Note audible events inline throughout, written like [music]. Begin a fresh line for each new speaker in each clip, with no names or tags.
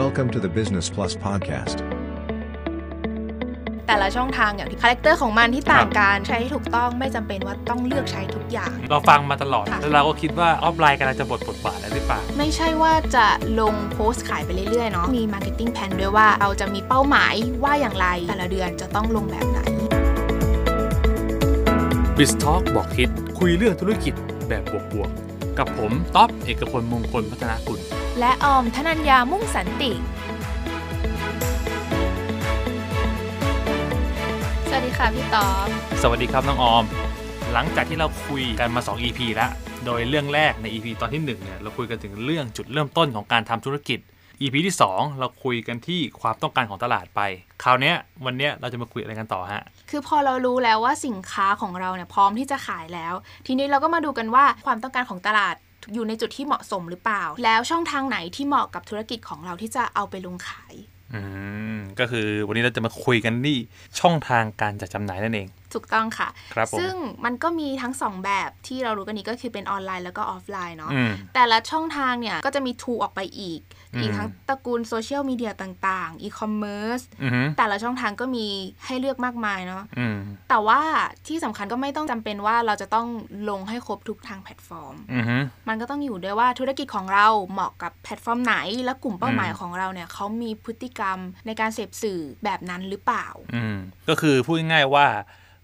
Welcome to the Business Plus podcast.
แต่ละช่องทางอย่างที่คาแรคเตอร์ของมันที่ต่างกันใช้ให้ถูกต้องไม่จำเป็นว่าต้องเลือกใช้ทุกอย่าง
เราฟังมาตลอด
ค่ะ
แล้วเราก็คิดว่าออฟไลน์กำลังจะบทบทบาทแล้วหรือเปล่า
ไม่ใช่ว่าจะลงโพสต์ขายไปเรื่อยๆเนาะมี Marketing Plan ด้วยว่าเราจะมีเป้าหมายว่าอย่างไร แต่ละเดือนจะต้องลงแบบไหน
b i z Talk บอกคิดคุยเรื่องธุรกิจแบบบวกๆ กับผมต๊อบเอกพลมงคลพัฒนากุล
และออมธนัญญามุ่งสันติ สวัสดีค่ะพี่ต๊อบ
สวัสดีครับน้องออม หลังจากที่เราคุยกันมา 2 EP แล้ว โดยเรื่องแรกใน EP ตอนที่1เนี่ยเราคุยกันถึงเรื่องจุดเริ่มต้นของการทำธุรกิจ EP ที่ 2 เราคุยกันที่ความต้องการของตลาดไปคราวเนี้ยวันเนี้ยเราจะมาคุยอะไรกันต่อฮะ
คือพอเรารู้แล้วว่าสินค้าของเราเนี่ยพร้อมที่จะขายแล้ว ทีนี้เราก็มาดูกันว่าความต้องการของตลาดอยู่ในจุดที่เหมาะสมหรือเปล่า แล้วช่องทางไหนที่เหมาะกับธุรกิจของเราที่จะเอาไปลงขาย
อืมก็คือวันนี้เราจะมาคุยกันที่ช่องทางการจัดจำหน่ายนั่นเอง
ถูกต้องค่ะ
ครับผม
ซึ่งมันก็มีทั้งสองแบบที่เรารู้กันนี้ก็คือเป็นออนไลน์แล้วก็ออฟไลน์เนาะ
อืม
แต่ละช่องทางเนี่ย ก็จะมีทูออกไปอีก
อืม
อีกทั้งตระกูลโซเชียลมีเดียต่างๆ อีคอมเมิร์ซ
อือหือ
แต่ละช่องทางก็มีให้เลือกมากมายเนาะ
อืม
แต่ว่าที่สำคัญก็ไม่ต้องจำเป็นว่าเราจะต้องลงให้ครบทุกทางแพลตฟอร์ม
อือหือ
มันก็ต้องอยู่ด้วยว่าธุรกิจของเราเหมาะกับแพลตฟอร์มไหน และกลุ่มเป้าหมาย
อืม
ของเราเนี่ยเขามีพฤติกรรมในการเสพสื่อแบบนั้นหรือเปล่า
อืมก็คือพูดง่ายๆว่า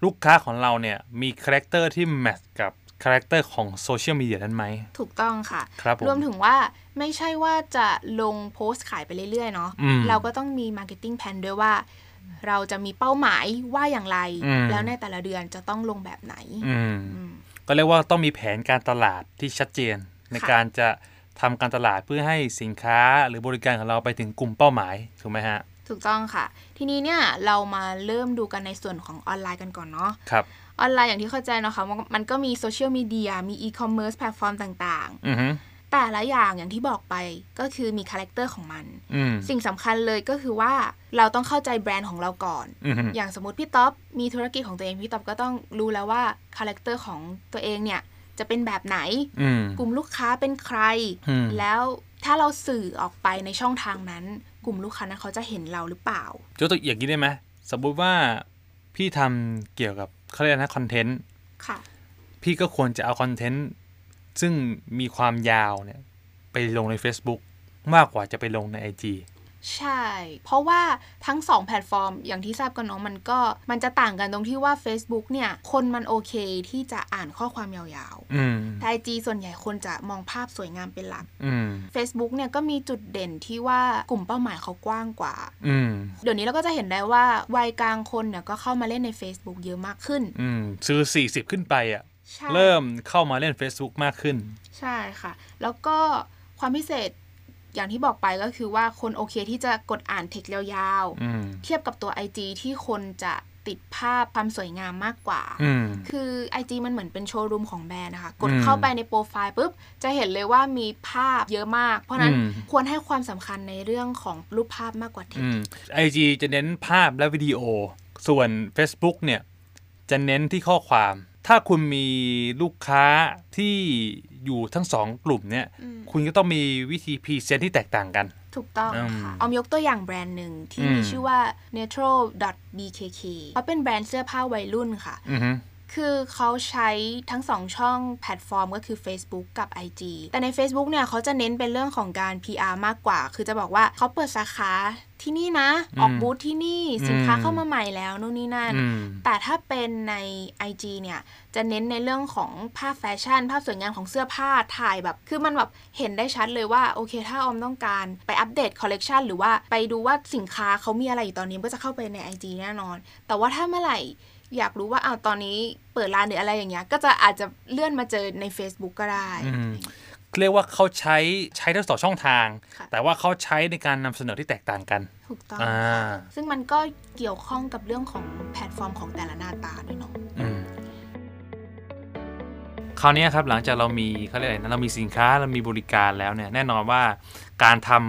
ลูกค้าของเราเนี่ยมีคาแรคเตอร์ที่แมทช์กับคาแรคเตอร์ของโซเชียลมีเดียนั้นไหม
ถูกต้องค่ะ
ครับผม
รวมถึงว่าไม่ใช่ว่าจะลงโพสต์ขายไปเรื่อยๆเนาะ
อืม
เราก็ต้องมี Marketing Plan ด้วยว่า เราจะมีเป้าหมายว่าอย่างไร
อืม
แล้วในแต่ละเดือนจะต้องลงแบบไหน
อืม
อืม
ก็เรียกว่าต้องมีแผนการตลาดที่ชัดเจน ใน
ค่ะ
การจะทำการตลาดเพื่อให้สินค้าหรือบริการของเราไปถึงกลุ่มเป้าหมายถูกไหมฮะ
ถูกต้องค่ะ ทีนี้เนี่ยเรามาเริ่มดูกันในส่วนของออนไลน์กันก่อนเนาะ
ครับ
ออนไลน์อย่างที่เข้าใจเนาะคะมันมันก็มีโซเชียลมีเดียมีอีคอมเมิร์ซแพลตฟอร์มต่าง
อือหือ
ๆ แต่ละอย่างอย่างที่บอกไปก็คือมีคาแรคเตอร์ของมัน
อืม
สิ่งสำคัญเลยก็คือว่าเราต้องเข้าใจแบรนด์ของเราก่อน
อือหือ
อย่างสมมติพี่ต๊อปมีธุรกิจของตัวเอง พี่ต๊อปก็ต้องรู้แล้วว่าคาแรคเตอร์ของตัวเองเนี่ย จะเป็นแบบไหน
อืม
กลุ่มลูกค้าเป็นใคร
อืม
แล้วถ้าเราสื่อออกไปในช่องทางนั้น กลุ่มลูกค้านั้นเขาจะเห็นเราหรือเปล่า
ยกตัวอย่างนี้ได้ไหมสมมุติว่าพี่ทำเกี่ยวกับเขาเรียกนะคอนเทนต์
ค่ะ
พี่ก็ควรจะเอาคอนเทนต์ซึ่งมีความยาวเนี่ยไปลงใน Facebook มากกว่าจะไปลงใน IG
ใช่ เพราะว่าทั้ง 2 แพลตฟอร์ม อย่างที่ทราบกันเนาะมันก็มันจะต่างกันตรงที่ว่า Facebook เนี่ย คนมันโอเคที่จะอ่านข้อความยาว
อืม
ๆไอจีส่วนใหญ่คนจะมองภาพสวยงามเป็นหลัก
อืม
Facebook เนี่ยก็มีจุดเด่นที่ว่ากลุ่มเป้าหมายเขากว้างกว่า
อืม
เดี๋ยวนี้เราก็จะเห็นได้ว่าวัยกลางคนเนี่ยก็เข้ามาเล่นใน Facebook เยอะมากขึ้น
อืม ซื้อ 40 ขึ้นไปอะ่ะ
ใช่
เริ่มเข้ามาเล่น Facebook มากขึ้น
ใช่ค่ะ แล้วก็ความพิเศษอย่างที่บอกไปก็คือว่าคนโอเคที่จะกดอ่านเทคยาวๆ
อืม
เทียบกับตัว IG ที่คนจะติดภาพความสวยงามมากกว่า
อืม
คือ IG มันเหมือนเป็นโชว์รูมของแบรนด์นะคะ กด
อืม
เข้าไปในโปรไฟล์ปุ๊บ จะเห็นเลยว่ามีภาพเยอะมาก เพราะฉะนั้น
อืม
ควรให้ความสำคัญในเรื่องของรูปภาพมากกว่าเทค
อืม IG จะเน้นภาพและวิดีโอ ส่วน Facebook เนี่ย จะเน้นที่ข้อความ ถ้าคุณมีลูกค้าที่อยู่ทั้งสองกลุ่มเนี่ย
อืม
คุณก็ต้องมีวิธีพรีเซนต์ที่แตกต่างกัน
ถูกต้อง
อืม
ค่ะ ออมยกตัวอย่างแบรนด์หนึ่งที่
อืม
มีชื่อว่า natural.bkk เขาเป็นแบรนด์เสื้อผ้าวัยรุ่นค่ะ
อือฮึ
คือเขาใช้ทั้งสองช่องแพลตฟอร์มก็คือ Facebook กับ IG แต่ใน Facebook เนี่ยเขาจะเน้นเป็นเรื่องของการ PR มากกว่า คือจะบอกว่าเขาเปิดสาขาที่นี่นะ ออก
อืม
บูธที่นี่ สินค้า
อืม
เข้ามาใหม่แล้วนู่นนี่นั่น
อืม
แต่ถ้าเป็นใน IG เนี่ย จะเน้นในเรื่องของภาพแฟชั่น ภาพสวยงามของเสื้อผ้าถ่ายแบบ คือมันแบบเห็นได้ชัดเลยว่า โอเค ถ้าออมต้องการไปอัปเดตคอลเลกชันหรือว่าไปดูว่าสินค้าเขามีอะไรอยู่ตอนนี้ก็จะเข้าไปใน IG แน่นอน แต่ว่าถ้าเมื่อไหร่ อยากรู้ว่าเอาวตอนนี้เปิดร้านหรืออะไรอย่างเงี้ย ก็จะอาจจะเลื่อนมาเจอใน Facebook ก็ได้
อืม เรียกว่าเขาใช้ใช้ทั้งสองช่องทาง
ค่ะ
แต่ว่าเขาใช้ในการนำเสนอที่แตกต่างกัน
ถูกต้อง
อ่า
ค่ะซึ่งมันก็เกี่ยวข้องกับเรื่องของแพลตฟอร์มของแต่ละหน้าตาด้วยเนาะ
อืมคราวเนี้ยครับหลังจากเรามีเขาเรียกอะไรนะเรามีสินค้าเรามีบริการแล้วเนี่ยแน่นอนว่าการทำ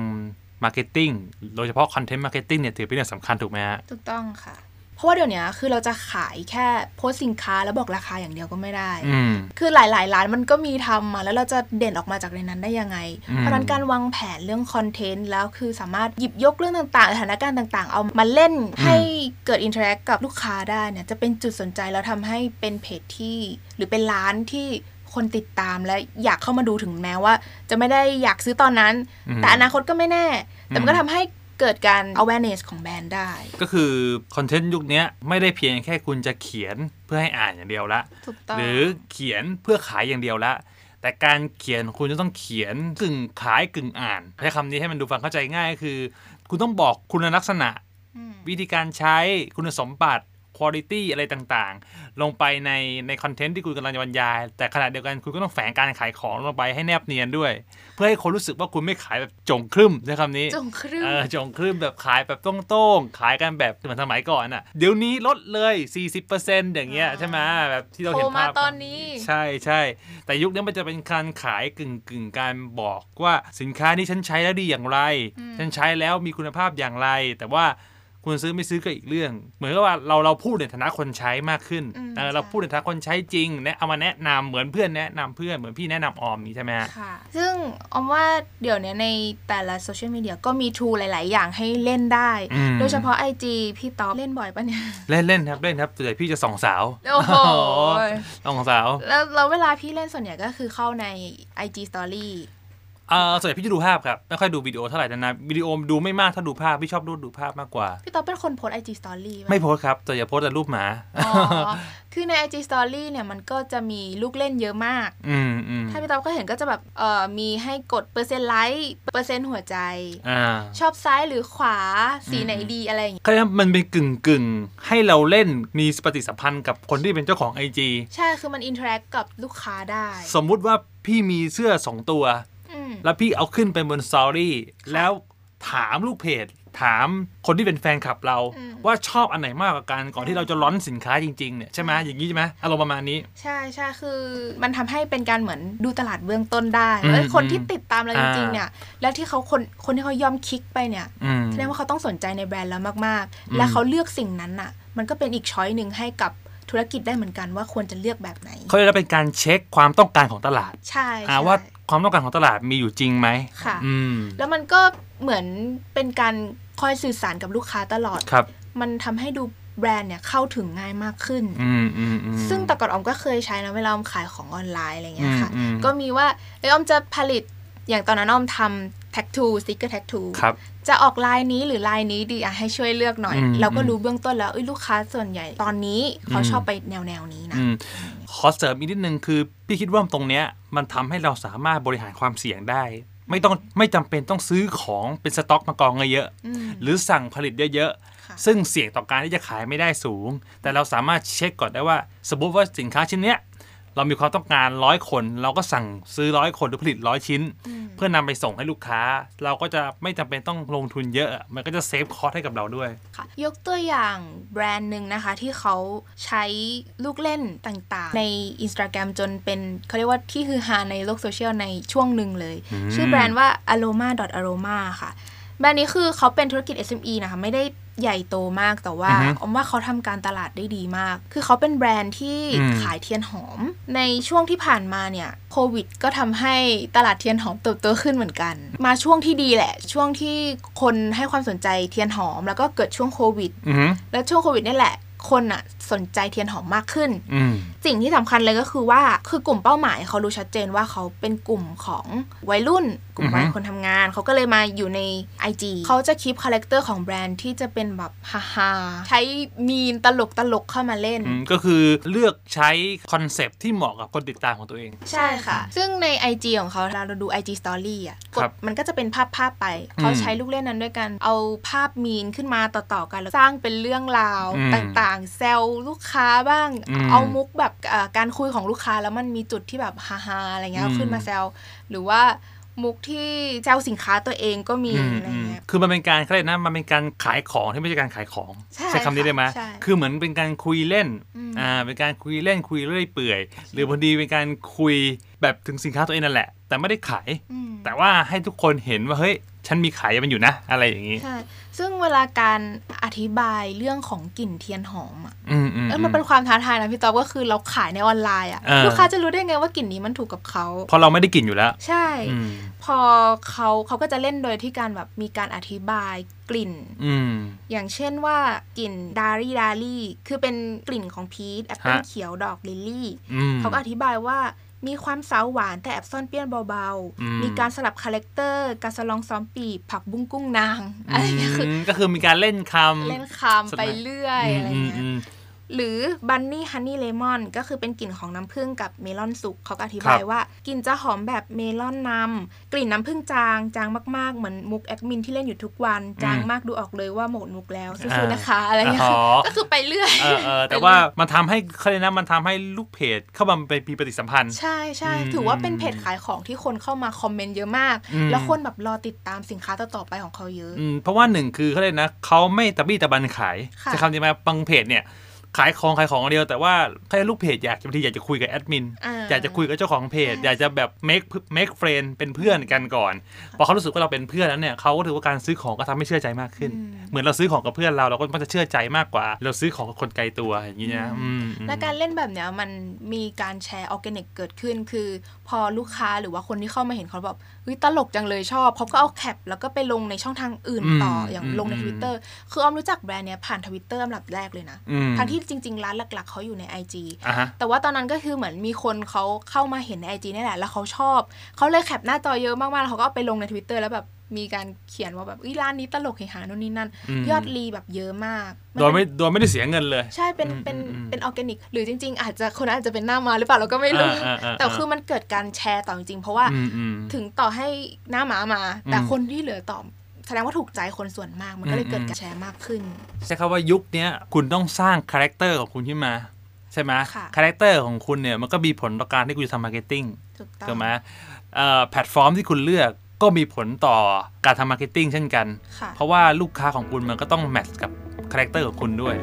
มาร์เก็ตติ้งโดยเฉพาะคอนเทนต์มาร์เก็ตติ้งเนี่ยถือเป็นเรื่องสำคัญถูกไหมฮะ
ถูกต้องค่ะ เพราะว่าเดี๋ยวเนี้ยคือเราจะขายแค่โพสต์สินค้าแล้วบอกราคาอย่างเดียวก็ไม่ได้
อืม
คือหลาย ๆ ร้านมันก็มีทำมาแล้วเราจะเด่นออกมาจากในนั้นได้ยังไง
อืม
เพราะฉะนั้นการวางแผนเรื่องคอนเทนต์แล้วคือสามารถหยิบยกเรื่องต่างๆสถานการณ์ต่าง ๆ เอามาเล่นให้เกิดอินเทอร์แอคกับลูกค้าได้เนี่ยจะเป็นจุดสนใจแล้วทำให้เป็นเพจที่ หรือเป็นร้านที่คนติดตามและอยากเข้ามาดูถึงแม้ว่า จะไม่ได้อยากซื้อตอนนั้น แต่อนาคตก็ไม่แน่ แต่มันก็ทำให้เกิดการ awareness ของแบรนด์ได้
ก็คือคอนเทนต์ยุคเนี้ยไม่ได้เพียงแค่คุณจะเขียนเพื่อให้อ่านอย่างเดียวละ
ถูกต้อง
หรือเขียนเพื่อขายอย่างเดียวละ แต่การเขียนคุณจะต้องเขียนกึ่งขายกึ่งอ่านใช้คำนี้ให้มันดูฟังเข้าใจง่ายก็คือ คุณต้องบอกคุณลักษณะ
อืม
วิธีการใช้คุณสมบัติคุณภาพอะไรต่างๆ ลงไปในในคอนเทนต์ที่คุณกำลังจะบรรยาย แต่ขณะเดียวกันคุณก็ต้องแฝงการขายของลงไปให้แนบเนียนด้วย เพื่อให้คนรู้สึกว่าคุณไม่ขายแบบจงครึ่มใช้คำนี้
จงครึ่ง
เออจงคลื่นแบบขายแบบโต้งๆ ขายกันแบบเหมือนสมัยก่อนอ่ะ เดี๋ยวนี้ลดเลย 40%อย่างเงี้ย
อ่า
ใช่ไหมแบบที่เราเห็น
โผล่มา
ภาพ
ตอนนี้
ใช่ใช่ แต่ยุคนี้มันจะเป็นการขายกึ่งกึ่งๆการบอกว่าสินค้าที่ฉันใช้แล้วดีอย่างไร ฉันใช้แล้วมีคุณภาพอย่างไร แต่ว่าคุณซื้อไม่ซื้อก็อีกเรื่อง เหมือนกับว่าเราเราพูดในฐานะคนใช้มากขึ้นเออเราพูดในฐานะคนใช้จริงและเอามาแนะนำเหมือนเพื่อนแนะนำเพื่อนเหมือนพี่แนะนำออมนี้ใช่ไหมฮะ
ค่ะ ซึ่งออมว่าเดี๋ยวเนี้ยในแต่ละโซเชียลมีเดียก็มีทูหลาย ๆ อย่างให้เล่นได้
อืม
โดยเฉพาะ IG พี่ต๊อบเล่นบ่อยปะเนี่ย
เล่นเล่นครับเล่นครับส่วนใหญ่พี่จะส่องสาว
โอ้โห
ส่องสาว
แล้วแล้วเวลาพี่เล่นส่วนใหญ่ก็คือเข้าใน IG Story
เอ่อส่วนใหญ่พี่จะดูภาพครับไม่ค่อยดูวิดีโอเท่าไหร่นะนะวิดีโอดูไม่มากถ้าดูภาพพี่ชอบดูดูภาพมากกว่า
พี่ต๊อบเป็นคนโพสต์ IG Story ปะ
ไม่โพสต์ครับแต่อย่าโพสต์แต่รูปหมา
อ๋อ คือใน IG Story เนี่ยมันก็จะมีลูกเล่นเยอะมาก
[laughs] อืมอืม
ถ้าพี่ต๊อบก็เห็นก็จะแบบเอ่อมีให้กดเปอร์เซ็นต์ไลค์เปอร์เซ็นต์หัวใจ
อ่า
ชอบซ้ายหรือขวาสีไหนดีอะไรอย่างเงี้ย
ก็ครับมันเป็นกึ่งกึ่งๆ ให้เราเล่นมีปฏิสัมพันธ์กับคนที่เป็นเจ้าของ IG
ใช่คือมันอินเทอร์แอคกับลูกค้าได้
สมมุติว่าพี่มีเสื้อ 2 ตัว
อืม
แล้วพี่เอาขึ้นไปบนสตอรี่แล้วถามลูกเพจ ถามคนที่เป็นแฟนคลับเรา
อืม
ว่าชอบอันไหนมากกว่ากันก่อนที่เราจะล้อนสินค้าจริงๆเนี่ยใช่ไหมอย่างนี้ใช่ไหมอารมณ์ประมาณนี้
ใช่ใช่คือมันทำให้เป็นการเหมือนดูตลาดเบื้องต้นได้
อืม
เอ้ยคน
อืม
ที่ติดตามเราจ
อ่า
ริงๆเนี่ย แล้วที่เขาคนคนที่เขายอมคลิกไปเนี่ย
อืม
แสดงว่าเขาต้องสนใจในแบรนด์เรามากๆ และเขาเลือกสิ่งนั้นน่ะ มันก็เป็นอีกช้อยหนึ่งให้กับธุรกิจได้เหมือนกันว่าควรจะเลือกแบบไหน
เขาเรียกว่าเป็นการเช็คความต้องการของตลาด
ใช่
อ่า
ใช่
ว่าความต้องการของตลาดมีอยู่จริงไหม
ค่ะ
อืม
แล้วมันก็เหมือนเป็นการคอยสื่อสารกับลูกค้าตลอด
ครับ
มันทำให้ดูแบรนด์เนี่ยเข้าถึงง่ายมากขึ้น
อืมอืมอืม
ซึ่งแต่ก่อนออมก็เคยใช้นะเวลาออมขายของออนไลน์อะไรเงี้ยค่ะ
อืมอืม
ก็มีว่าเอยออมจะผลิตอย่างตอนนั้นออมทำแท็กทูสติกเกอร์แท็กทู
ครับ
จะออกลายนี้หรือลายนี้ดีอะให้ช่วยเลือกหน่อย
อืม
เราก็
อืม
รู้เบื้องต้นแล้วเอ้ยลูกค้าส่วนใหญ่ตอนนี้เขา
อืม
ชอบไปแนวแนวๆนี้นะ
อืมขอเสริมอีกนิดนึงคือพี่คิดว่าตรงเนี้ยมันทำให้เราสามารถบริหารความเสี่ยงได้ ไม่ต้องไม่จำเป็นต้องซื้อของเป็นสต็อกมากองเยอะๆ
อืม
หรือสั่งผลิตเยอะ
ค่ะ
ๆซึ่งเสี่ยงต่อการที่จะขายไม่ได้สูง แต่เราสามารถเช็คก่อนได้ว่า สมมติว่าสินค้าชิ้นเนี้ยเรามีความต้องการร้อยคน เราก็สั่งซื้อร้อยคนหรือผลิตร้อยชิ้น เพื่อนำไปส่งให้ลูกค้า เราก็จะไม่จำเป็นต้องลงทุนเยอะ มันก็จะเซฟคอสให้กับเราด้วย
ค่ะยกตัวอย่างแบรนด์หนึ่งนะคะ ที่เขาใช้ลูกเล่นต่างๆ ใน Instagram จนเป็นเขาเรียกว่าที่ฮือฮาในโลกโซเชียลในช่วงหนึ่งเลย ชื่อแบรนด์ว่า aroma aroma ค่ะ แบรนด์นี้คือเขาเป็นธุรกิจ SME นะคะ ไม่ได้ใหญ่โตมากแต่ว่า
อือฮึ
ออมว่าเขาทำการตลาดได้ดีมาก คือเขาเป็นแบรนด์ที่
อืม
ขายเทียนหอม ในช่วงที่ผ่านมาเนี่ยโควิดก็ทำให้ตลาดเทียนหอมเติบโตขึ้นเหมือนกัน มาช่วงที่ดีแหละ ช่วงที่คนให้ความสนใจเทียนหอม แล้วก็เกิดช่วงโควิด
อืม
แล้วช่วงโควิดเนี่ยแหละ คนอะสนใจเทียนหอมมากขึ้น
อืม
สิ่งที่สำคัญเลยก็คือว่าคือกลุ่มเป้าหมายเขารู้ชัดเจนว่าเขาเป็นกลุ่มของวัยรุ่น กลุ่มวัย
อือฮึ
คนทำงาน เขาก็เลยมาอยู่ใน IG เขาจะคีปคาแรคเตอร์ของแบรนด์ที่จะเป็นแบบฮาฮาๆใช้มีนตลกตลกๆเข้ามาเล่น
อืมก็คือเลือกใช้คอนเซปต์ที่เหมาะกับคนติดตามของตัวเอง
ใช่ค่ะ ซึ่งใน IG ของเขาเราดู IG Story อ่ะก
ครั
ด
บ
มันก็จะเป็นภาพภาพๆไป เขาใช้ลูกเล่นนั้นด้วยกัน เอาภาพมีนขึ้นมาต่อๆกันแล้วสร้างเป็นเรื่องราว
อืม
ต่างๆ แซลลูกค้าบ้าง
อืม
เอามุกแบบเอ่อการคุยของลูกค้าแล้วมันมีจุดที่แบบฮาๆอะไรเงี้ย
อืม
ขึ้นมาแซลหรือว่ามุกที่แซลสินค้าตัวเองก็มีอะไรเงี้ย
คือมันเป็นการเขาเรียกนะมันเป็นการขายของที่ไม่ใช่การขายของ
ใช่
คำนี้ได้ไหม
ใช่
คือเหมือนเป็นการคุยเล่น
อืม
อ่าเป็นการคุยเล่นคุยเรื่อยเปื่อย หรือบางทีเป็นการคุยแบบถึงสินค้าตัวเองนั่นแหละ แต่ไม่ได้ขาย
อืม
แต่ แต่ว่าให้ทุกคนเห็นว่าเฮ้ยฉันมีขายมันอยู่นะ อะไรอย่างนี้
ใช่ ซึ่งเวลาการอธิบายเรื่องของกลิ่นเทียนหอมอะ
อืมอืม
เออ
อื
มัน
ม
เป็นความท้าทายนะพี่ต๊อบก็คือเราขายในออนไลน์อะ
เออ
ลูกค้าจะรู้ได้ไงว่ากลิ่นนี้มันถูกกับเขา
เพราะเราไม่ได้กลิ่นอยู่แล้ว
ใช่
อืม
พอเขาเขาก็จะเล่นโดยที่การแบบมีการอธิบายกลิ่น
อืม
อย่างเช่นว่ากลิ่นดารี่ดารี่คือเป็นกลิ่นของพีชแอปเปิล
ฮะ
เขียวดอกลิลลี่
อืม
เขาก็อธิบายว่ามีความสาวหวานแต่แอบซ่อนเปรี้ยวเบา
อืม
ๆ มีการสลับคาแรคเตอร์การสลองซ้อมปีบผักบุ้งกุ้งนางอะไรเงี้ยคือ
มก็คือมีการเล่นคำ
เล่นคำไปเรื่อยอะไรเงี้ย
อืมอืมอืม
หรือบันนี่ฮันนี่เลมอนก็คือเป็นกลิ่นของน้ำผึ้งกับเมลอนสุกเขาก็อธิ
ครับ
าย
บ
ว่ากลิ่นจะหอมแบบเมลอนนำกลิ่นน้ำผึ้งจางจางมากๆ เหมือนมุกแอดมินที่เล่นอยู่ทุกวันจางมากดูออกเลยว่าหมดมุกแล้วสู้ๆนะคะอะไรเงี้ย
อ๋อ
ก็คือไปเรื่อย
เออเออแต่ว่ามันทำให้เขาเลยกนะมันทำให้ลูกเพจเข้ามาเป็นปีปฏิสัมพันธ์
ใช่ใช่
อืม
ถือว่าเป็นเพจขายของที่คนเข้ามาคอมเมนต์เยอะมาก
อืม
แล้วคนแบบรอติดตามสินค้าต่อๆไปของเขาเยอะ
อืมเพราะว่าหนึ่งคือเขาเลยกนะเขาไม่ตะบี้ตะบันขาย
ค่ะ
จะคำนี้ไหมบางเพจเนี่ย ขายของขายของเดียวแต่ว่าใครลูกเพจอยากบางทีอยากจะคุยกับแอดมิน อยากจะคุยกับเจ้าของเพจ อยากจะแบบ make make friend เป็นเพื่อนกันก่อนพอเขารู้สึกว่าเราเป็นเพื่อนแล้วเนี่ยเขาก็ถือว่าการซื้อของก็ทำให้เชื่อใจมากขึ้น เหมือนเราซื้อของกับเพื่อนเราเราก็มักจะเชื่อใจมากกว่า เราซื้อของกับคนไกลตัวอย่างนี้นะอืมอืม
และการเล่นแบบเนี้ยมันมีการแชร์ออร์แกนิกเกิดขึ้น คือพอลูกค้าหรือว่าคนที่เข้ามาเห็นเขาแบบเฮ้ยตลกจังเลยชอบเขาก็เอาแคปแล้วก็ไปลงในช่องทางอื่นต่ออ
ม
อย่าง
อืม
ลงใน
อืม
ทวิตเตอร์คือออมรู้จักแบรนด์เนี้ยผ่านทวิตเตอร์ลำดับแรกเลยนะ
อืม
ทั้งที่จริง ๆ ร้านหลัก ๆเขาอยู่ใน IG
อ่ะฮะ
แต่ว่าตอนนั้นก็คือเหมือนมีคนเขาเข้ามาเห็นในไอจีนี่แหละ แล้วเขาชอบ เขาเลยแคปหน้าจอเยอะมากๆ แล้วเขาก็เอาไปลงในทวิตเตอร์แล้วแบบมีการเขียนว่าแบบอุ้ยร้านนี้ตลกเฮฮานู่นนี่นั่น
อืม
ยอดรีแบบเยอะมากน
โดยไม่โดยไม่ได้เสียเงินเลย
ใช่เป็น
อืม
เป็น
อืม
เป็นออร์แกนิก หรือจริง ๆ อาจจะคนนั้นอาจจะเป็นหน้ามาหรือเปล่าเราก็ไม่รู้
อ่าอ่าอ่า
แต่คือมันเกิดการแชร์ต่อจริงๆ เพราะว่า
อืมอืม
ถึงต่อให้หน้าหมามา แต่
อืม
คนที่เหลือตอบแสดงว่าถูกใจคนส่วนมาก มันก็เลยเกิด
อืม
การแชร์มากขึ้น
ใช้คำว่ายุคเนี้ยคุณต้องสร้างคาแรคเตอร์ของคุณขึ้นมา ใช่ไหม
ค่ะ
คาแรคเตอร์ของคุณเนี่ยมันก็มีผลต่อการที่คุณจะทำมาร์เก็ตติ้ง
ถูกต้อง
ถูกไหมเอ่อแพลตฟอร์มที่คุณเลือกก็มีผลต่อการทำมาร์เก็ตติ้งเช่นกัน
ค่ะ
เพราะว่าลูกค้าของคุณมันก็ต้องแมทช์กับคาแรคเตอร์ของคุณด้วย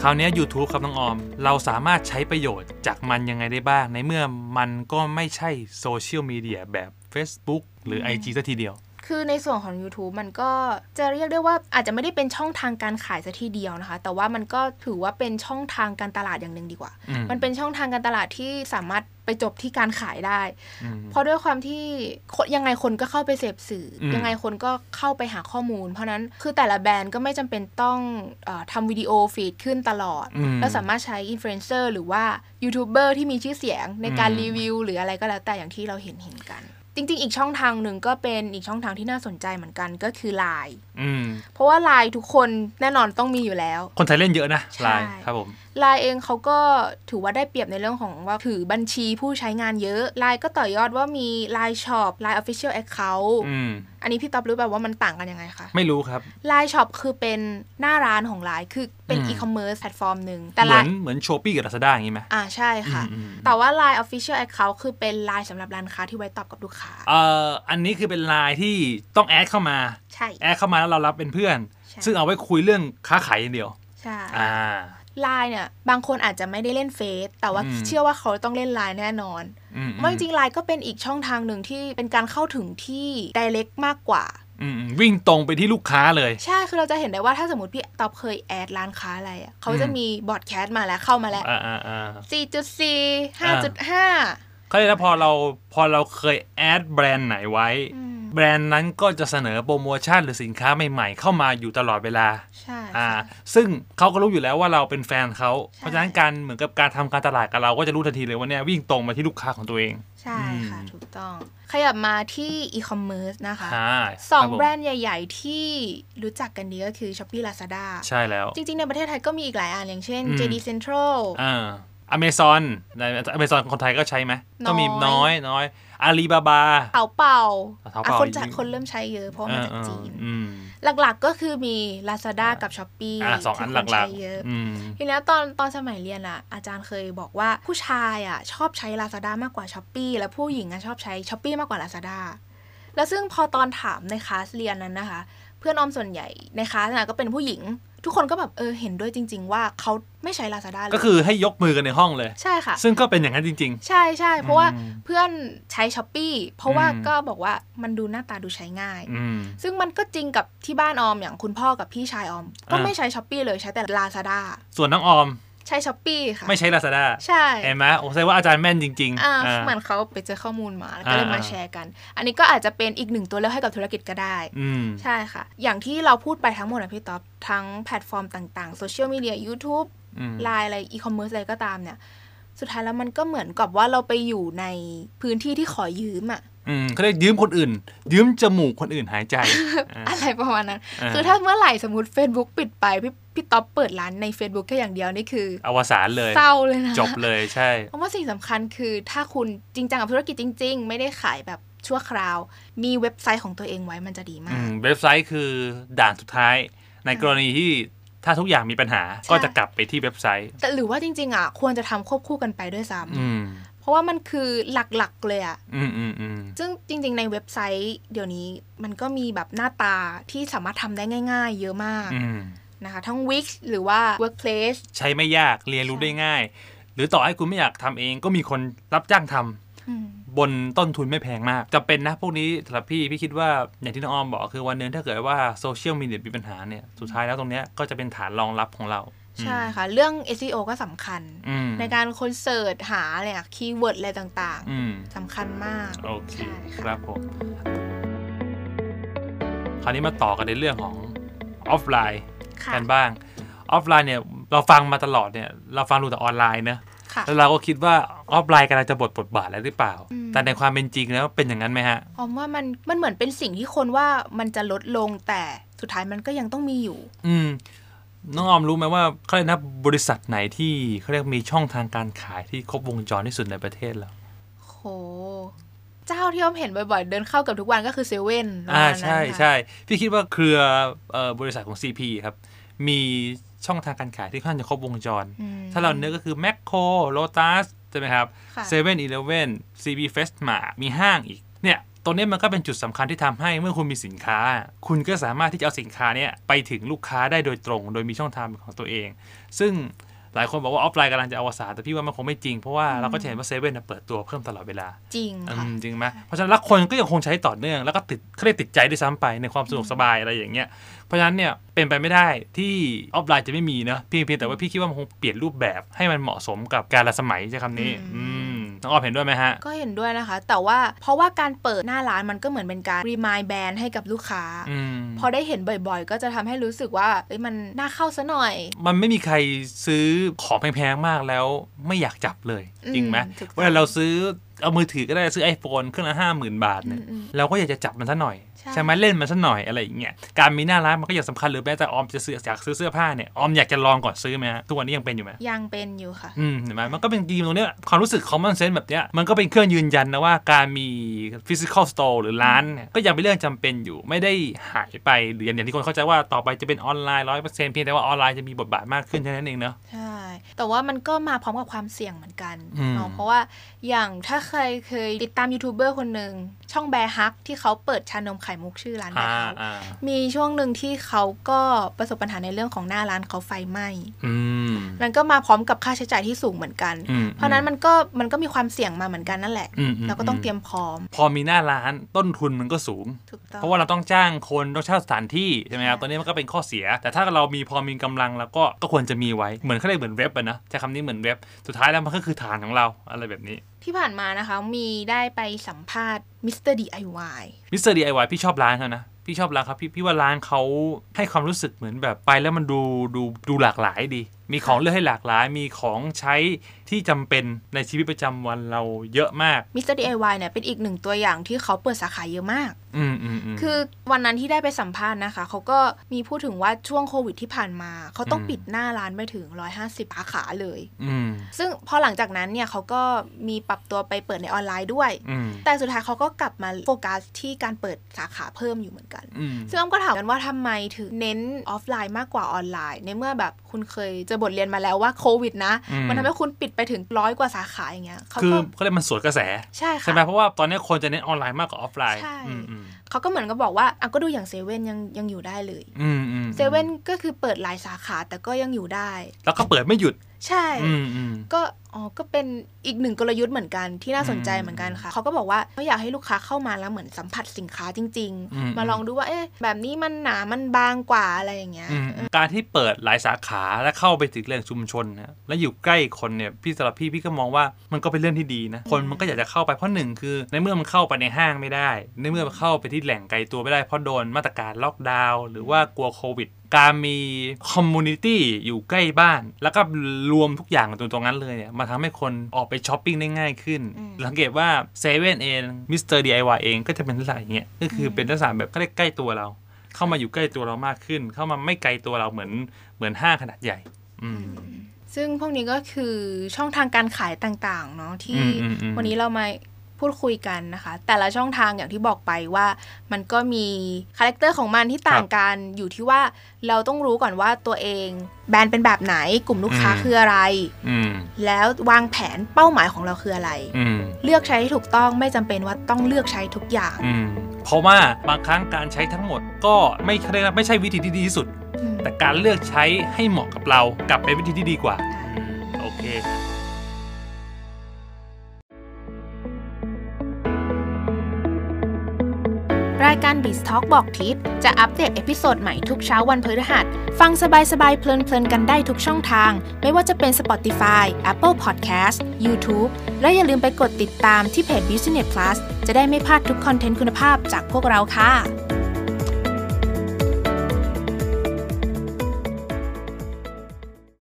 คราวเนี้ย YouTube ครับน้องออม เราสามารถใช้ประโยชน์จากมันยังไงได้บ้าง ในเมื่อมันก็ไม่ใช่โซเชียลมีเดียแบบ Facebook หรือ IG ซะทีเดียว
คือในส่วนของ YouTube มันก็จะเรียกได้ว่าอาจจะไม่ได้เป็นช่องทางการขายซะทีเดียวนะคะ แต่ว่ามันก็ถือว่าเป็นช่องทางการตลาดอย่างหนึ่งดีกว่า
อืม
มันเป็นช่องทางการตลาดที่สามารถไปจบที่การขายได้
อืม
เพราะด้วยความที่คนยังไงคนก็เข้าไปเสพสื่ออ
ม
ยังไงคนก็เข้าไปหาข้อมูล เพราะฉะนั้นคือแต่ละแบรนด์ก็ไม่จำเป็นต้องเออทำวิดีโอฟีดขึ้นตลอด
อืม
แล้วสามารถใช้อินฟลูเอนเซอร์หรือว่ายูทูบเบอร์ที่มีชื่อเสียงในการ
อืม
รีวิว หรืออะไรก็แล้วแต่อย่างที่เราเห็นเห็นๆกัน จริง ๆ อีกช่องทางหนึ่งก็เป็นอีกช่องทางที่น่าสนใจเหมือนกันก็คือ Line
อืม
เพราะว่า Line ทุกคนแน่นอนต้องมีอยู่แล้ว
คนไทยเล่นเยอะนะ
ใช่
ไลน์ครับผม
ไลน์เองเขาก็ถือว่าได้เปรียบในเรื่องของว่าถือบัญชีผู้ใช้งานเยอะไลน์ก็ต่อยอดว่ามีไลน์ช็อปไลน์ Official Account
อืม
อันนี้พี่ต๊อบรู้แบบว่ามันต่างกันยังไงคะ
ไม่รู้ครับ
ไลน์ช็อปคือเป็นหน้าร้านของไลน์คือเป็น
อืม
อีคอมเมิร์ซแพลตฟอร์มหนึ่งแต่
เห
ไล
มือน
น์
เหมือนโชปี้กับลาซาด้าอย่างนี้ไหม
อ่าใช่ค่ะ
อืมอืม
แต่ว่า Line Official Account คือเป็นไลน์สำหรับร้านค้าที่ไว้ตอบกับลูกค้า
เอ่ออันนี้คือเป็นไลน์ที่ต้องแอดเข้ามา
ใช่
แอดเข้ามาแล้วเรารับเป็นเพื่อน
ใช่
ซึ่งเอาไว้คุยเรื่องค้าขายอย่างเดียว
ใช่
อ่า
ไลน์เนี่ยบางคนอาจจะไม่ได้เล่นเฟซแต่ว่า
อืม
เชื่อว่าเขาต้องเล่นไลน์แน่นอน
อืม
เพราะจริงๆไลน์ก็เป็นอีกช่องทางหนึ่งที่เป็นการเข้าถึงที่ direct มากกว่า
อืมอืมวิ่งตรงไปที่ลูกค้าเลย
ใช่คือเราจะเห็นได้ว่าถ้าสมมติพี่ตอบเคยแอดร้านค้าอะไรอะเขาจะ
อืม
มีบอร์ดแคสต์มาแล้วเข้ามาแล้ว
อ่าอ่าอ่า
4.4
อ่า
5.5
เขาเรียกนะพอเราพอเราเคยแอดแบรนด์ไหนไว้
อืม
แบรนด์นั้นก็จะเสนอโปรโมชั่นหรือสินค้าใหม่ๆ เข้ามาอยู่ตลอดเวลา
ใช่
อ่า
ค่ะ
ซึ่งเขาก็รู้อยู่แล้วว่าเราเป็นแฟนเขา
ใช่
เพราะฉะนั้นการเหมือนกับการทำการตลาดกับเราก็จะรู้ทันทีเลยว่าเนี่ยวิ่งตรงมาที่ลูกค้าของตัวเอง
ใช่ค่ะ ถูกต้อง ขยับมาที่อีคอมเมิร์ซนะคะ
อ่า
สอง
คผม
แบรนด์ใหญ่ ๆ ที่รู้จักกันดีก็คือ Shopee Lazada
ใช่แล้ว
จริง ๆ ในประเทศไทยก็มีอีกหลายอันอย่างเช่น
อืม
JD Central
อ่าอเมซอนอเมซอนคนไทยก็ใช้ไหมก็มี
น้
น้
อ
อย ยน้อยอาลีบาบา
เถาเป่า
เถา
อ่ะ
เป่า
คนจะ
ยิ่ง
คนเริ่มใช้เยอะเพราะมาจากจีน
อืม
หลักๆก็คือมี Lazada กับ Shopee
อ่าสองอัน
ที่คน
หลั
ใช้
ก
เยอะ
ๆอืม
ทีนี้ตอนตอนสมัยเรียนอะอาจารย์เคยบอกว่าผู้ชายอะชอบใช้ Lazada มากกว่า s h อ p e e และผู้หญิงอะชอบใช้ s h อ p e e มากกว่า Lazada แล้วซึ่งพอตอนถามในคลาสเรียนนั้นนะคะ เพื่อนออมส่วนใหญ่ในคลาสน่ะก็เป็นผู้หญิง ทุกคนก็แบบเออเห็นด้วยจริง ๆ ว่าเขาไม่ใช้ Lazada เลย
ก็คือให้ยกมือกันในห้องเลย
ใช่ค่ะ
ซึ่งก็เป็นอย่างนั้นจริง
ใช่ใช่เพราะว่า
อืม
เพื่อนใช้ช้อปปีเพราะว่า
อืม
ก็บอกว่ามันดูหน้าตาดูใช้ง่าย
ๆ อืม
ซึ่งมันก็จริงกับที่บ้านออมอย่างคุณพ่อกับพี่ชายออม ก็
อ่า
ไม่ใช้ช้อปปีเลยใช้แต่ Lazada
ส่วนน้องออม
ใช้ช้อปปีค่ะ
ไม่ใช้ Lazada
ใช่
เห็นไหมโอ้แสดงว่าอาจารย์แม่นจริงๆ
อ่า
อ่า
เหมือนเขาไปเจอข้อมูลมาแล้วก็เลย
อ่าม
มาแชร์กัน อันนี้ก็อาจจะเป็นอีกหนึ่งตัวเลือกให้กับธุรกิจก็ได้
อืม
ใช่ค่ะ อย่างที่เราพูดไปทั้งหมดนะพี่ต๊อบทั้งแพลตฟอร์มต่างๆโซเชียลมีเดีย YouTube
อืม
ไลน์อะไรอีคอมเมิร์ซอะไรก็ตามเนี่ย สุดท้ายแล้วมันก็เหมือนกับว่าเราไปอยู่ในพื้นที่ที่ขอยืมอะ
อืมเขาเรียกยืมคนอื่น ยืมจมูกคนอื่นหายใจอ่า
อะไรประมาณนั้น
อ่า
คือถ้าเมื่อไหร่สมมติ Facebook ปิดไป พี่พี่ต๊อบเปิดร้านใน Facebook แค่อย่างเดียวนี่คือ
อวสานเลย
เศร้าเลยนะ
จบเลยใช่
เพราะว่าสิ่งสำคัญคือถ้าคุณจริงจังกับธุรกิจจริง ๆ ไม่ได้ขายแบบชั่วคราว มีเว็บไซต์ของตัวเองไว้มันจะดีมา
อื
ก
มเว็บไซต์คือด่านสุดท้าย ในกรณีที่ถ้าทุกอย่างมีปัญหา
ใช่
ก็จะกลับไปที่เว็บไซต์
แต่หรือว่าจริง ๆอ่ะควรจะทำควบคู่กันไปด้วยซ้ำ
อืม
เพราะว่ามันคือหลักๆเลยอะ
อืมอืมอืม
ซึ่งจริงๆ ในเว็บไซต์เดี๋ยวนี้มันก็มีแบบหน้าตาที่สามารถทำได้ง่ายๆ เยอะมาก
อืม
นะคะ ทั้ง Wix หรือว่า Workplace
ใช้ไม่ยากเรียนรู้ได้ง่าย หรือต่อให้คุณไม่อยากทำเองก็มีคนรับจ้างทำ
อืม
บนต้นทุนไม่แพงมากจะเป็นนะพวกนี้สำหรับพี่พี่คิดว่าอย่างที่น้องออมบอกคือวันหนึงถ้าเกิดว่าโซเชียลมีเดียมีปัญหาเนี่ยสุดท้ายแล้วตรงเนี้ยก็จะเป็นฐานรองรับของเรา
ใช่ค่ะ เรื่อง SEO ก็สำคัญ
อืม
ในการค้นเสิร์ชหาเนี่ยคีย์เวิร์ดอะไรต่าง
อืม
ๆสำคัญมาก
โอเค
ใช่ค่ะ
ครับผม คราวนี้มาต่อกันในเรื่องของออฟไลน์
ค่ะ
กันบ้าง ออฟไลน์เนี่ยเราฟังมาตลอดเนี่ยเราฟังดูแต่ออนไลน์นะ
ค่ะ
แล้วเราก็คิดว่าออฟไลน์กำลังจะบทบทบาทแล้วหรือเปล่า
อืม
แต่ในความเป็นจริงแล้วเป็นอย่างนั้นไหมฮะ
ออมว่ามันมันเหมือนเป็นสิ่งที่คนว่ามันจะลดลงแต่สุดท้ายมันก็ยังต้องมีอยู่
อืมน้องออมรู้ไหมว่าเขาเรียกนะบริษัทไหนที่เขาเรียกมีช่องทางการขายที่ครบวงจรที่สุดในประเทศเรา
โห เจ้าที่ออมเห็นบ่อยๆ เดินเข้ากับทุกวันก็คือเซเว่น
อ่าใช่ใช่พี่คิดว่าเครือเอ่อบริษัทของ CP ครับ มีช่องทางการขายที่ค่อนข้างจะครบวงจร ถ้าเราเนื้อก็คือแมคโครโ t ตัสใช่ไหมครับเซเว่นอีเลเว่นซีบีเฟสมามีห้างอีก เนี่ยตรงเนี้ยมันก็เป็นจุดสำคัญที่ทำให้เมื่อคุณมีสินค้า คุณก็สามารถที่จะเอาสินค้าเนี้ยไปถึงลูกค้าได้โดยตรง โดยมีช่องทางเป็นของตัวเอง ซึ่งหลายคนบอกว่าออฟไลน์กำลังจะอวสานแต่พี่ว่ามันคงไม่จริงเพราะว่าเราก็จะเห็นว่าเซเว่นะเปิดตัวเพิ่มตลอดเวลา
จริง
อื
ค่ะ
มจริงไหมเพราะฉะนั้นแล้วคนก็ยังคงใช้ต่อเนื่องแล้วก็ติดเขาเรียกติดใจด้วยซ้ำไปในความสะดวกสบายอะไรอย่างเงี้ยเพราะฉะนั้นเนี่ยเป็นไปไม่ได้ที่ออฟไลน์จะไม่มีเนอะเพียงเพียงแต่ว่าพี่คิดว่ามันคงเปลี่ยนรูปแบบให้มันเหมาะสมกับการละสมัยใช้คำนี้
อื
อื
ม
มน้องออมเห็นด้วยไหมฮะ
ก็เห็นด้วยนะคะ แต่ว่าเพราะว่าการเปิดหน้าร้านมันก็เหมือนเป็นการรีมายแบรนด์ให้กับลูกค้า
อืม
พอได้เห็นบ่อยๆ ก็จะทำให้รู้สึกว่าเอ้ยมันน่าเข้าซะหน่อย
มันไม่มีใครซื้อของแพงๆมากแล้วไม่อยากจับเลย
อืม
จริงไหม
ถูกต้อง
เวลาเราซื้อเอามือถือก็ได้ซื้อ iPhone เครื่องละห้าหมื่นบาทเนี่ย
อืม
เราก็อยากจะจับมันซะหน่อย
ใช่
ไหมเล่นมันซะหน่อยอะไรอย่างเงี้ยการมีหน้าร้านมันก็อย่างสำคัญหรือแม้แต่ออมจะซื้ออยากซื้อเสื้อผ้าเนี่ยออมอยากจะลองก่อนซื้อไหมฮะทุกวันนี้ยังเป็นอยู่ไหม
ยังเป็นอยู่ค่ะ
อืมเห็นไหมมันก็เป็นกีมตรงเนี้ยความรู้สึก common sense แบบเนี้ยมันก็เป็นเครื่องยืนยันนะว่าการมี physical store หรือร้านเนี่ยก็ยังเป็นเรื่องจำเป็นอยู่ไม่ได้หายไปหรืออย่างที่คนเข้าใจว่าต่อไปจะเป็นออนไลน์ร้อยเปอร์เซ็นต์เพียงแต่ว่าออนไลน์จะมีบทบาทมากขึ้นเท่านั้นเองเนาะ
ใช่ แต่ว่ามันก็มาพร้อมกับความเสี่ยงเหมือนกัน
อืม
เนาะเพราะว่าอย่างถ้าใครเคยติดตามยูทูบเบอร์คนหนึ่งช่องแบร์ฮักที่เขาเปิดชานมไข่มุกชื่อร้านแบ
อ่า
ร์ฮัก
อ่า
มีช่วงหนึ่งที่เขาก็ประสบปัญหาในเรื่องของหน้าร้านเขาไฟไหม้
อืม
มันก็มาพร้อมกับค่าใช้จ่ายที่สูงเหมือนกัน
อืม
เพราะฉะนั้นมันก็มันก็มีความเสี่ยงมาเหมือนกันนั่นแหละ
อืมม
เราก็ต้องเตรียมพร้อม
พอมีหน้าร้านต้นทุนมันก็สูง
ถูกต้อง
เพราะว่าเราต้องจ้างคนต้องเช่าสถานที่ใช่ไหมครับ
ใช่
ตอนนี้มันก็เป็นข้อเสีย แต่ถ้าเรามีพอมีกำลังแล้วก็ก็ควรจะมีไว้เหมือนเขาเรียกเหมือนเว็บอะนะใช้คำนี้เหมือนเว็บสุดท้ายแล้วมันก็คือฐานของเราอะไรแบบนี้
ที่ผ่านมานะคะ มีได้ไปสัมภาษณ์มิสเตอร์ดีไอวาย
มิสเตอร์ดีไอวพี่ชอบร้านเขานะพี่ชอบร้านครับพี่พี่ว่าร้านเขาให้ความรู้สึกเหมือนแบบไปแล้วมันดูดูดูหลากหลายดี มีของเลือกให้หลากหลาย มีของใช้ที่จำเป็นในชีวิตประจำวันเราเยอะมาก
มิสเตอร์ดีไอวายเนี่ยเป็นอีกหนึ่งตัวอย่างที่เขาเปิดสาขาเยอะมาก
อืมอืมอืม
คือวันนั้นที่ได้ไปสัมภาษณ์นะคะ เขาก็มีพูดถึงว่าช่วงโควิดที่ผ่านมา เขาต้อง
อืม
ปิดหน้าร้านไปถึง 150สาขาเลย
อืม
ซึ่งพอหลังจากนั้นเนี่ยเขาก็มีปรับตัวไปเปิดในออนไลน์ด้วย
อืม
แต่สุดท้ายเขาก็กลับมาโฟกัสที่การเปิดสาขาเพิ่มอยู่เหมือนกัน
อืม
ซึ่งอ้อมก็ถามกันว่าทำไมถึงเน้นออฟไลน์มากกว่าออนไลน์ ในเมื่อแบบคุณเคยเจะบทเรียนมาแล้วว่าโควิดนะ
อืม
มันทำให้คุณปิดไปถึงร้อยกว่าสาขาอย่างเงี้ยเขา
คือ
ก็
เขาเรียกมันสวนกระแส
ใช่ค่ะ
ใช่ไหมเพราะว่าตอนนี้คนจะเน้นออนไลน์มากกว่าออฟไลน์
ใช่
อืมอืม
เขาก็เหมือนก็บอกว่าอ่ะก็ดูอย่างเซเว่นยังยังอยู่ได้เลย
อืมอืม
เซเว่นก็คือเปิดหลายสาขาแต่ก็ยังอยู่ได้
แล้วก็เปิดไม่หยุด
ใช่
อืมอืม
ก็อ๋อก็เป็นอีกหนึ่งกลยุทธ์เหมือนกันที่น่าสนใจ
อืม
เหมือนกันค่ะเขาก็บอกว่าเขาอยากให้ลูกค้าเข้ามาแล้วเหมือนสัมผัสสินค้าจริง
อืม
ๆ มาลองดูว่าเอ๊ะแบบนี้มันหนามันบางกว่าอะไรอย่างเงี้ย
อืมการที่เปิดหลายสาขาและเข้าไปถึงแหล่งชุมชนนะและอยู่ใกล้คนเนี่ยพี่สำหรับพี่พี่ก็มองว่ามันก็เป็นเรื่องที่ดีนะ คนมันก็อยากจะเข้าไปเพราะหนึ่งคือ ในเมื่อมันเข้าไปในห้างไม่ได้ ในเมื่อมันเข้าไปที่แหล่งไกลตัวไม่ได้เพราะโดนมาตรการล็อกดาวน์หรือว่ากลัวโควิด การมีคอมมูนิตี้อยู่ใกล้บ้าน แล้วก็รวมทุกอย่างตรงตรงนั้นเลยเนี่ยมาทำให้คนออกไปช้อปปิ้งได้ง่ายขึ้น
อืม
สังเกตว่าเซเว่นเองมิสเตอร์ดีไอวเองก็จะเป็นลักษณะอย่างเงี้ยก็คือเป็นลักษณะแบบใกล้ๆตัวเรา เข้ามาอยู่ใกล้ตัวเรามากขึ้น เข้ามาไม่ไกลตัวเราเหมือนเหมือนห้างขนาดใหญ่ อืม
ซึ่งพวกนี้ก็คือช่องทางการขายต่างๆเนาะที่
อืมอืมอืม
วันนี้เรามาพูดคุยกันนะคะ แต่ละช่องทางอย่างที่บอกไปว่ามันก็มีคาแรคเตอร์ของมันที่ต่างกันอยู่ที่ว่าเราต้องรู้ก่อนว่าตัวเองแบรนด์เป็นแบบไหนกลุ่มลูกค้าคืออะไร
อืม
แล้ววางแผนเป้าหมายของเราคืออะไร
อืม
เลือกใช้ให้ถูกต้องไม่จำเป็นว่าต้องเลือกใช้ทุกอย่าง
อืม เพราะว่าบางครั้งการใช้ทั้งหมดก็ไม่เขาเรียกว่าไม่ใช่วิธีที่ดีที่สุด
อืม
แต่การเลือกใช้ให้เหมาะกับเรากลับเป็นวิธีที่ดีกว่าอืมโอเค
รายการ b i z Talk บอกทิศจะอัปเดตเอพิโซดใหม่ทุกเช้าวันพฤหัส ฟังสบายๆ เพลินๆ กันได้ทุกช่องทาง ไม่ว่าจะเป็น Spotify, Apple Podcast, YouTube และอย่าลืมไปกดติดตามที่เพจ Business Plus จะได้ไม่พลาดทุกคอนเทนต์คุณภาพจากพวกเราค่ะ